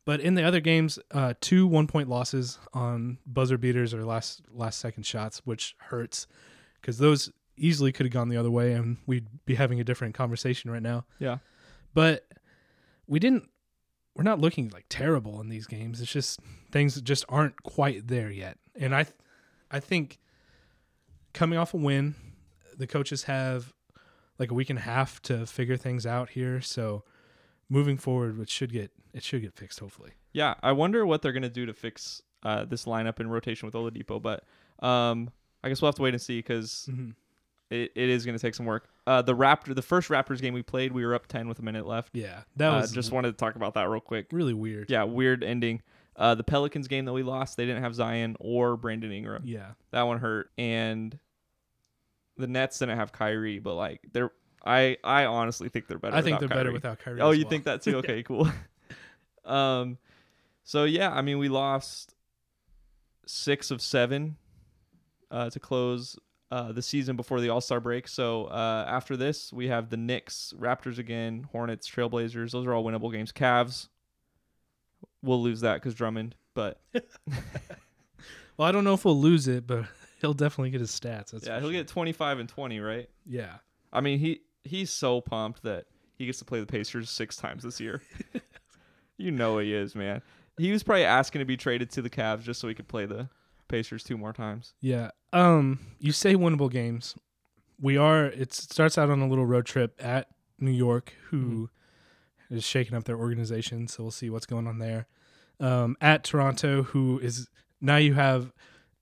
Speaker 2: But in the other games, uh, two one-point losses on buzzer beaters or last last second shots, which hurts because those easily could have gone the other way, and we'd be having a different conversation right now.
Speaker 3: yeah,
Speaker 2: but we didn't we're not looking like terrible in these games it's just things that just aren't quite there yet and i th- i think coming off a win the coaches have like a week and a half to figure things out here so moving forward it should get it should get fixed hopefully
Speaker 3: yeah. I wonder what they're gonna do to fix uh, this lineup in rotation with Oladipo, but um, I guess we'll have to wait and see because
Speaker 2: Mm-hmm.
Speaker 3: it, it is going to take some work. Uh, the Raptor, the first Raptors game we played, we were up ten with a minute left.
Speaker 2: yeah that
Speaker 3: uh,
Speaker 2: was
Speaker 3: just wanted to talk about that real quick.
Speaker 2: really weird
Speaker 3: Yeah, weird ending. Uh, the Pelicans game that we lost, they didn't have Zion or Brandon Ingram.
Speaker 2: yeah
Speaker 3: That one hurt. And the Nets didn't have Kyrie, but like they're, I I honestly think they're better.
Speaker 2: i think
Speaker 3: without
Speaker 2: they're better
Speaker 3: Kyrie.
Speaker 2: without Kyrie
Speaker 3: Oh,
Speaker 2: as
Speaker 3: you
Speaker 2: well.
Speaker 3: think that too? Okay, cool. um, so yeah, I mean, we lost six of seven uh, to close uh, the season before the All Star break. So uh, after this, we have the Knicks, Raptors again, Hornets, Trailblazers. Those are all winnable games. Cavs, we'll lose that because Drummond. But
Speaker 2: well i don't know if we'll lose it but he'll definitely get his stats that's
Speaker 3: yeah,
Speaker 2: for
Speaker 3: he'll
Speaker 2: sure.
Speaker 3: get twenty five and twenty, right?
Speaker 2: yeah
Speaker 3: I mean, he he's so pumped that he gets to play the Pacers six times this year. you know he is, man. He was probably asking to be traded to the Cavs just so he could play the Pacers two more times.
Speaker 2: Yeah. Um, you say winnable games. We are. It starts out on a little road trip at New York, who is
Speaker 3: Mm-hmm.
Speaker 2: shaking up their organization. So we'll see what's going on there. Um, at Toronto, who is now you have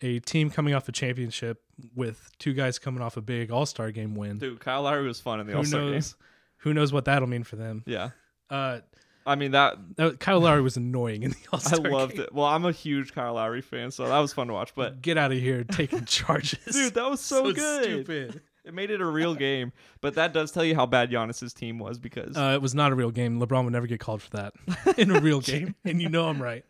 Speaker 2: a team coming off a championship with two guys coming off a big All Star game win.
Speaker 3: Dude, Kyle Lowry was fun in the
Speaker 2: who
Speaker 3: All Star game.
Speaker 2: knows? Who knows what that'll mean for them?
Speaker 3: Yeah,
Speaker 2: Uh,
Speaker 3: I mean that.
Speaker 2: that- Kyle Lowry was annoying in the All
Speaker 3: I
Speaker 2: Star.
Speaker 3: loved it. Well, I'm a huge Kyle Lowry fan, so that was fun to watch. But
Speaker 2: Get out of here, taking charges.
Speaker 3: dude, that was so, good.
Speaker 2: Stupid.
Speaker 3: It made it a real game. But that does tell you how bad Giannis's team was because
Speaker 2: Uh, it was not a real game. LeBron would never get called for that in a real game, and you know I'm right.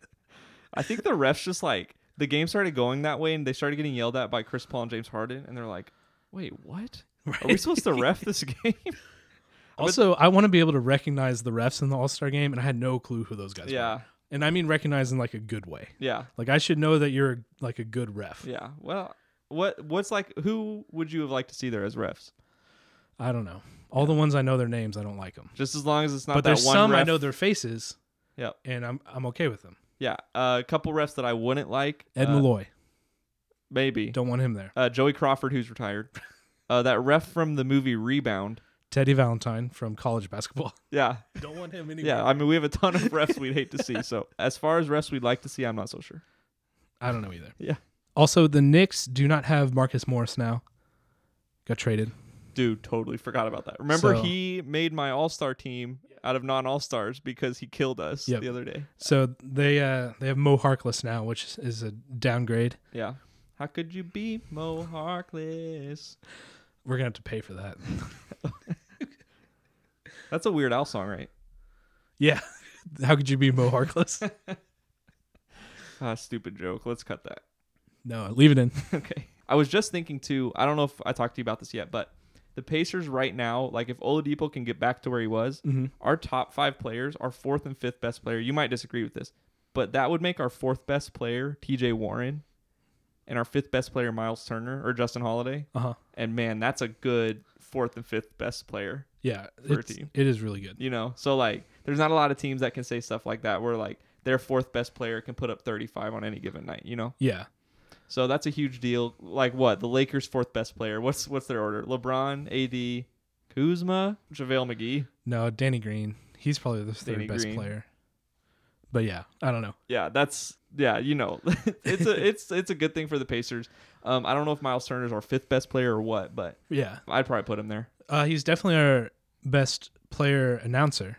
Speaker 3: I think the refs just like the game started going that way, and they started getting yelled at by Chris Paul and James Harden, and they're like, "Wait, what? Are we supposed to ref this game?"
Speaker 2: Also, I want to be able to recognize the refs in the All Star game, and I had no clue who those guys were.
Speaker 3: yeah,
Speaker 2: And I mean recognize in like a good way.
Speaker 3: yeah,
Speaker 2: Like I should know that you're like a good ref.
Speaker 3: yeah. Well, what what's like? Who would you have liked to see there as refs?
Speaker 2: I don't know. All the ones I know their names, I don't like them.
Speaker 3: Just as long as it's not
Speaker 2: But
Speaker 3: that
Speaker 2: there's
Speaker 3: one
Speaker 2: some I
Speaker 3: ref.
Speaker 2: know their faces,
Speaker 3: yeah,
Speaker 2: and I'm I'm okay with them.
Speaker 3: yeah. Uh, a couple refs that I wouldn't like.
Speaker 2: Ed
Speaker 3: uh,
Speaker 2: Malloy,
Speaker 3: maybe.
Speaker 2: don't want him there.
Speaker 3: Uh, Joey Crawford, who's retired. Uh, that ref from the movie Rebound.
Speaker 2: Teddy Valentine from college basketball,
Speaker 3: Yeah,
Speaker 2: don't want him anywhere.
Speaker 3: yeah. I mean, we have a ton of refs we'd hate to see. So as far as refs we'd like to see, I'm not so sure.
Speaker 2: I don't know either.
Speaker 3: Yeah.
Speaker 2: Also, the Knicks do not have Marcus Morris now. Got traded.
Speaker 3: Dude, totally forgot about that. Remember,
Speaker 2: So-
Speaker 3: he made my all star team out of non all stars because he killed us
Speaker 2: Yep.
Speaker 3: the other day.
Speaker 2: So they uh they have Mo Harkless now, which is a downgrade.
Speaker 3: Yeah. How could you be Mo Harkless?
Speaker 2: We're gonna have to pay for that.
Speaker 3: That's a Weird Al song, right?
Speaker 2: yeah. How could you be Mo Harkless?
Speaker 3: Ah, stupid joke. Let's cut that.
Speaker 2: no, leave it in.
Speaker 3: okay. I was just thinking too. I don't know if I talked to you about this yet, but the Pacers right now, like if Oladipo can get back to where he was,
Speaker 2: Mm.
Speaker 3: our top five players, our fourth and fifth best player. You might disagree with this, but that would make our fourth best player T.J. Warren, and our fifth best player Miles Turner or Justin Holiday.
Speaker 2: Uh huh.
Speaker 3: And man, that's a good fourth and fifth best player.
Speaker 2: Yeah,
Speaker 3: for a
Speaker 2: it's-
Speaker 3: team.
Speaker 2: it is really good.
Speaker 3: You know, so like there's not a lot of teams that can say stuff like that where like their fourth best player can put up 35 on any given night. You know,
Speaker 2: Yeah,
Speaker 3: so that's a huge deal. Like what? The Lakers' fourth best player. What's what's their order? LeBron, AD, Kuzma, JaVale McGee.
Speaker 2: no, Danny Green, he's probably the third
Speaker 3: Danny
Speaker 2: best
Speaker 3: Green.
Speaker 2: player. But yeah, I don't know.
Speaker 3: Yeah, that's yeah. You know, it's a it's it's a good thing for the Pacers. Um, I don't know if Miles Turner's our fifth best player or what, but
Speaker 2: Yeah,
Speaker 3: I'd probably put him there.
Speaker 2: uh, he's definitely our best player announcer.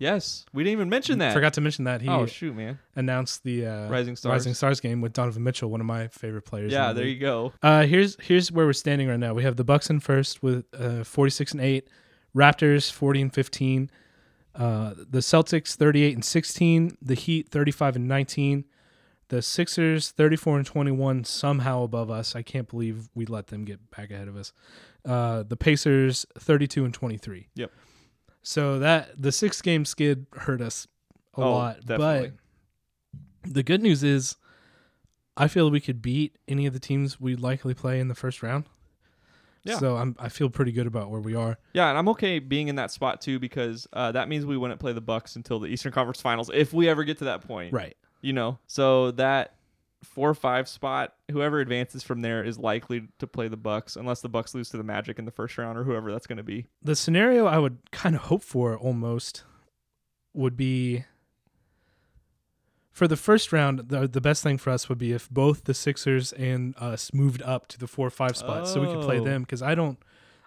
Speaker 3: Yes, we didn't even mention that.
Speaker 2: Forgot to mention that he
Speaker 3: oh shoot, man.
Speaker 2: announced the uh,
Speaker 3: Rising Stars.
Speaker 2: Rising Stars game with Donovan Mitchell, one of my favorite players.
Speaker 3: Yeah,
Speaker 2: in the
Speaker 3: there
Speaker 2: league.
Speaker 3: you go.
Speaker 2: Uh, here's here's where we're standing right now. We have the Bucks in first with uh, 46 and 8, Raptors 40 and 15, uh, the Celtics 38 and 16, the Heat 35 and 19, the Sixers 34 and 21 somehow above us. I can't believe we let them get back ahead of us. Uh, the Pacers 32 and 23.
Speaker 3: Yep.
Speaker 2: So that the six game skid hurt us a
Speaker 3: Oh,
Speaker 2: lot,
Speaker 3: definitely.
Speaker 2: but the good news is. I feel we could beat any of the teams we'd likely play in the first round.
Speaker 3: Yeah.
Speaker 2: So I'm, I feel pretty good about where we are.
Speaker 3: Yeah, and I'm okay being in that spot too because uh, that means we wouldn't play the Bucks until the Eastern Conference Finals if we ever get to that point.
Speaker 2: Right.
Speaker 3: you know so that four or five spot whoever advances from there is likely to play the bucks unless the bucks lose to the magic in the first round or whoever that's going to be
Speaker 2: The scenario I would kind of hope for almost would be for the first round, the, the best thing for us would be if both the Sixers and us moved up to the four or five spot so we could play
Speaker 3: Oh.
Speaker 2: them because I don't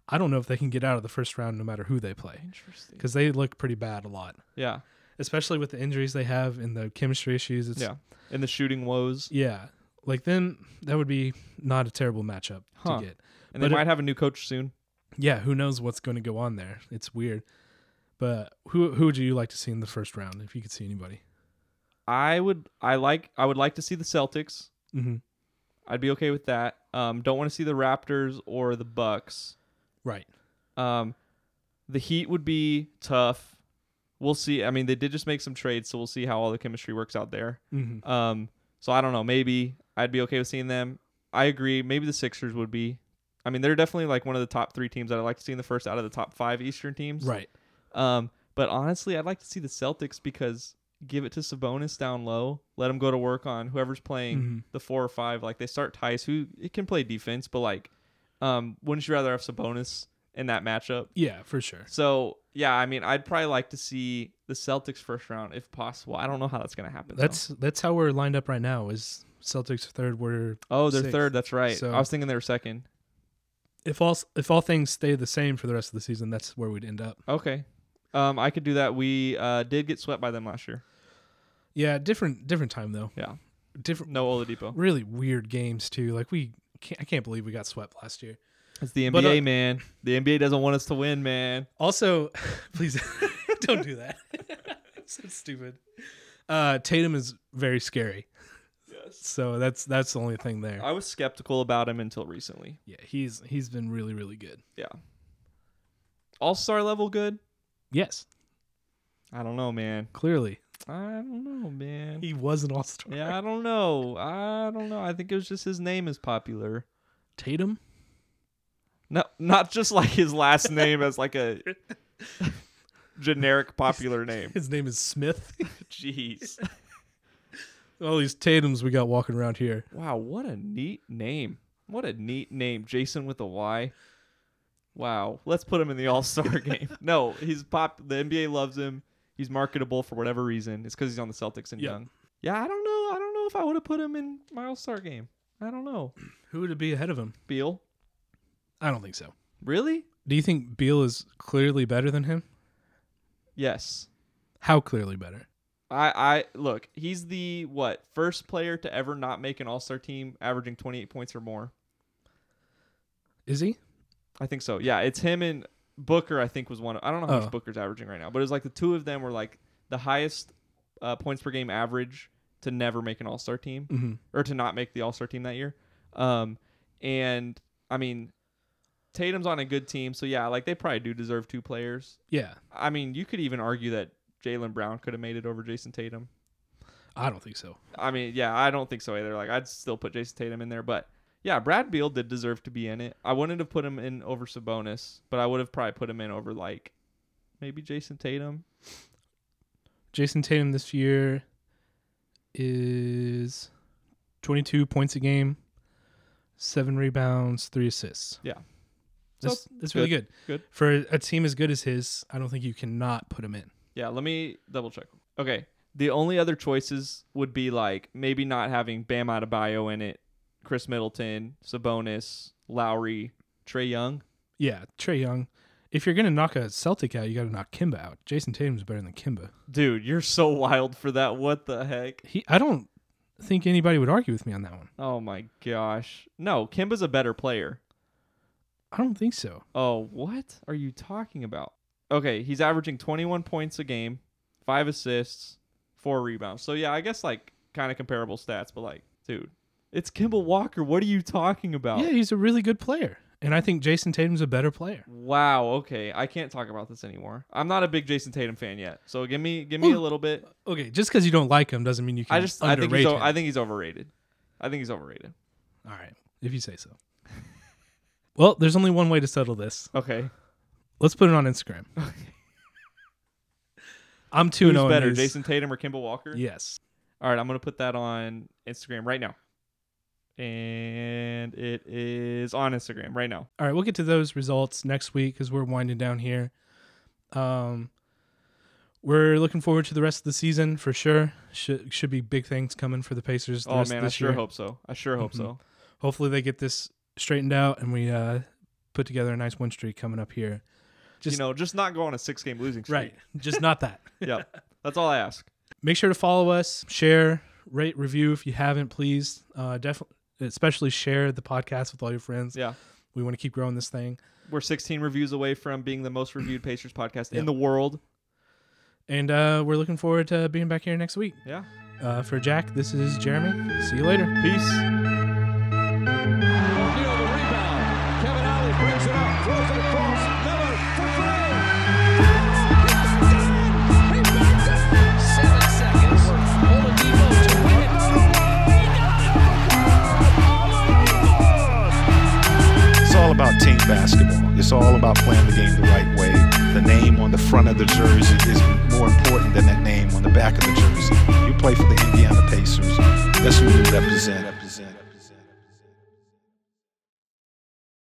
Speaker 2: I don't know if they can get out of the first round no matter who they play
Speaker 3: interesting
Speaker 2: because they look pretty bad a lot,
Speaker 3: yeah
Speaker 2: especially with the injuries they have and the chemistry issues. It's,
Speaker 3: yeah and the shooting woes
Speaker 2: Yeah. Like then that would be not a terrible matchup
Speaker 3: Huh.
Speaker 2: to get.
Speaker 3: and they
Speaker 2: But it-
Speaker 3: might have a new coach soon
Speaker 2: Yeah, who knows what's going to go on there. It's weird. But who who would you like to see in the first round if you could see anybody?
Speaker 3: i would i like i would like to see the celtics
Speaker 2: Mm-hmm.
Speaker 3: i'd be okay with that um don't want to see the raptors or the bucks
Speaker 2: Right.
Speaker 3: um the heat would be tough we'll see i mean they did just make some trades so we'll see how all the chemistry works out there
Speaker 2: Mm-hmm.
Speaker 3: Um, so I don't know. Maybe I'd be okay with seeing them. I agree. Maybe the Sixers would be. I mean, they're definitely like one of the top three teams that I'd like to see in the first out of the top five Eastern teams.
Speaker 2: Right.
Speaker 3: Um, but honestly, I'd like to see the Celtics because give it to Sabonis down low. Let him go to work on whoever's playing
Speaker 2: Mhm.
Speaker 3: the four or five. Like they start Tice, who it can play defense, but like, um, wouldn't you rather have Sabonis in that matchup?
Speaker 2: Yeah, for sure.
Speaker 3: So yeah, I mean, I'd probably like to see the Celtics first round if possible. I don't know how that's gonna happen. though.
Speaker 2: That's that's how we're lined up right now. Is Celtics third? We're
Speaker 3: Oh, they're
Speaker 2: Sixth.
Speaker 3: third. That's right.
Speaker 2: So-
Speaker 3: I was thinking they were second.
Speaker 2: if all s- if all things stay the same for the rest of the season, that's where we'd end up.
Speaker 3: Okay. Um, I could do that. We uh, did get swept by them last year.
Speaker 2: Yeah, different different time though.
Speaker 3: Yeah.
Speaker 2: Different
Speaker 3: No Oladipo.
Speaker 2: really weird games too. Like we can't, I can't believe we got swept last year.
Speaker 3: It's the NBA,
Speaker 2: But, uh,
Speaker 3: man. The NBA doesn't want us to win, man.
Speaker 2: Also, please don't do that. so stupid. Uh, Tatum is very scary.
Speaker 3: Yes.
Speaker 2: So that's that's the only thing there.
Speaker 3: I was skeptical about him until recently.
Speaker 2: Yeah, he's he's been really really good.
Speaker 3: Yeah. All star level good?
Speaker 2: Yes,
Speaker 3: I don't know, man.
Speaker 2: clearly
Speaker 3: I don't know, man.
Speaker 2: he was an all star.
Speaker 3: Yeah, I don't know. I don't know. I think it was just his name is popular.
Speaker 2: Tatum.
Speaker 3: No, not just like his last name as like a generic popular name.
Speaker 2: His name is Smith.
Speaker 3: Jeez.
Speaker 2: all these Tatum's we got walking around here.
Speaker 3: Wow, what a neat name. What a neat name. Jason with a Y. Wow. Let's put him in the All Star game. No, he's pop the NBA loves him. He's marketable for whatever reason. It's because he's on the Celtics and
Speaker 2: Yeah.
Speaker 3: young. Yeah, I don't know. I don't know if I would have put him in my All Star game. I don't know.
Speaker 2: Who would it be ahead of him?
Speaker 3: Beal.
Speaker 2: I don't think so.
Speaker 3: Really?
Speaker 2: Do you think Beal is clearly better than him?
Speaker 3: Yes.
Speaker 2: How clearly better?
Speaker 3: I, I look, he's the what, first player to ever not make an all star team averaging twenty eight points or more.
Speaker 2: Is he?
Speaker 3: I think so. Yeah, it's him and Booker. I think was one. Of, I don't know how
Speaker 2: Oh.
Speaker 3: much Booker's averaging right now, but it was like the two of them were like the highest uh, points per game average to never make an All Star team
Speaker 2: Mhm.
Speaker 3: or to not make the All Star team that year. Um, and I mean, Tatum's on a good team, so yeah, like they probably do deserve two players.
Speaker 2: Yeah,
Speaker 3: I mean, you could even argue that Jalen Brown could have made it over Jason Tatum.
Speaker 2: I don't think so.
Speaker 3: I mean, yeah, I don't think so either. Like, I'd still put Jason Tatum in there, but yeah, Brad Beal did deserve to be in it. I wouldn't have put him in over Sabonis, but I would have probably put him in over like maybe Jason Tatum.
Speaker 2: Jason Tatum this year is 22 points a game, seven rebounds, three assists.
Speaker 3: Yeah.
Speaker 2: That's,
Speaker 3: So,
Speaker 2: that's really good.
Speaker 3: good.
Speaker 2: For a team as good as his, I don't think you cannot put him in.
Speaker 3: Yeah, let me double check. Okay, the only other choices would be like maybe not having Bam Adebayo in it, Chris Middleton, Sabonis, Lowry, Trey Young.
Speaker 2: Yeah, Trey Young. If you're going to knock a Celtic out, you got to knock Kimba out. Jason Tatum's better than Kimba.
Speaker 3: Dude, you're so wild for that. What the heck?
Speaker 2: He, I don't think anybody would argue with me on that one.
Speaker 3: Oh my gosh. No, Kimba's a better player.
Speaker 2: I don't think so.
Speaker 3: Oh, what are you talking about? Okay, he's averaging 21 points a game, five assists, four rebounds. So yeah, I guess like kind of comparable stats, but like, dude, it's Kimball Walker. What are you talking about?
Speaker 2: Yeah, he's a really good player, and I think Jason Tatum's a better player.
Speaker 3: Wow. Okay, I can't talk about this anymore. I'm not a big Jason Tatum fan yet, so give me give me a little bit.
Speaker 2: Okay, just because you don't like him doesn't mean you can
Speaker 3: I just I think
Speaker 2: underrate
Speaker 3: he's o-
Speaker 2: him.
Speaker 3: I think he's overrated. I think he's overrated.
Speaker 2: All right, if you say so. well, there's only one way to settle this.
Speaker 3: Okay.
Speaker 2: Let's put it on Instagram. I'm two
Speaker 3: Who's
Speaker 2: and zero. in
Speaker 3: better,
Speaker 2: these.
Speaker 3: Jason Tatum or Kimball Walker?
Speaker 2: Yes.
Speaker 3: All right, I'm gonna put that on Instagram right now, and it is on Instagram right now.
Speaker 2: All right, we'll get to those results next week because we're winding down here. Um, we're looking forward to the rest of the season for sure. Should should be big things coming for the Pacers. The
Speaker 3: Oh
Speaker 2: rest
Speaker 3: man,
Speaker 2: of
Speaker 3: I
Speaker 2: this
Speaker 3: sure
Speaker 2: year.
Speaker 3: hope so. I sure hope
Speaker 2: Mhm.
Speaker 3: so.
Speaker 2: hopefully they get this straightened out and we uh, put together a nice win streak coming up here. Just-
Speaker 3: you know, just not go on a six game losing streak.
Speaker 2: Right. Just not that.
Speaker 3: yeah. That's all I ask.
Speaker 2: Make sure to follow us, share, rate, review if you haven't, please. Uh, definitely, especially share the podcast with all your friends.
Speaker 3: Yeah.
Speaker 2: We want to keep growing this thing.
Speaker 3: We're 16 reviews away from being the most reviewed Pacers podcast
Speaker 2: Yep.
Speaker 3: in the world.
Speaker 2: And uh, we're looking forward to being back here next week.
Speaker 3: Yeah.
Speaker 2: Uh, for Jack, this is Jeremy. See you later.
Speaker 3: Peace.
Speaker 4: O'Neal the rebound. Kevin Ollie brings it up, throws it across. Miller for three.
Speaker 5: Seven seconds. Oladipo to win it.
Speaker 1: It's all about team basketball. It's all about playing the game the right way. The name on the front of the jersey is more important than that name on the back of the jersey. You play for the Indiana Pacers. That's who you represent.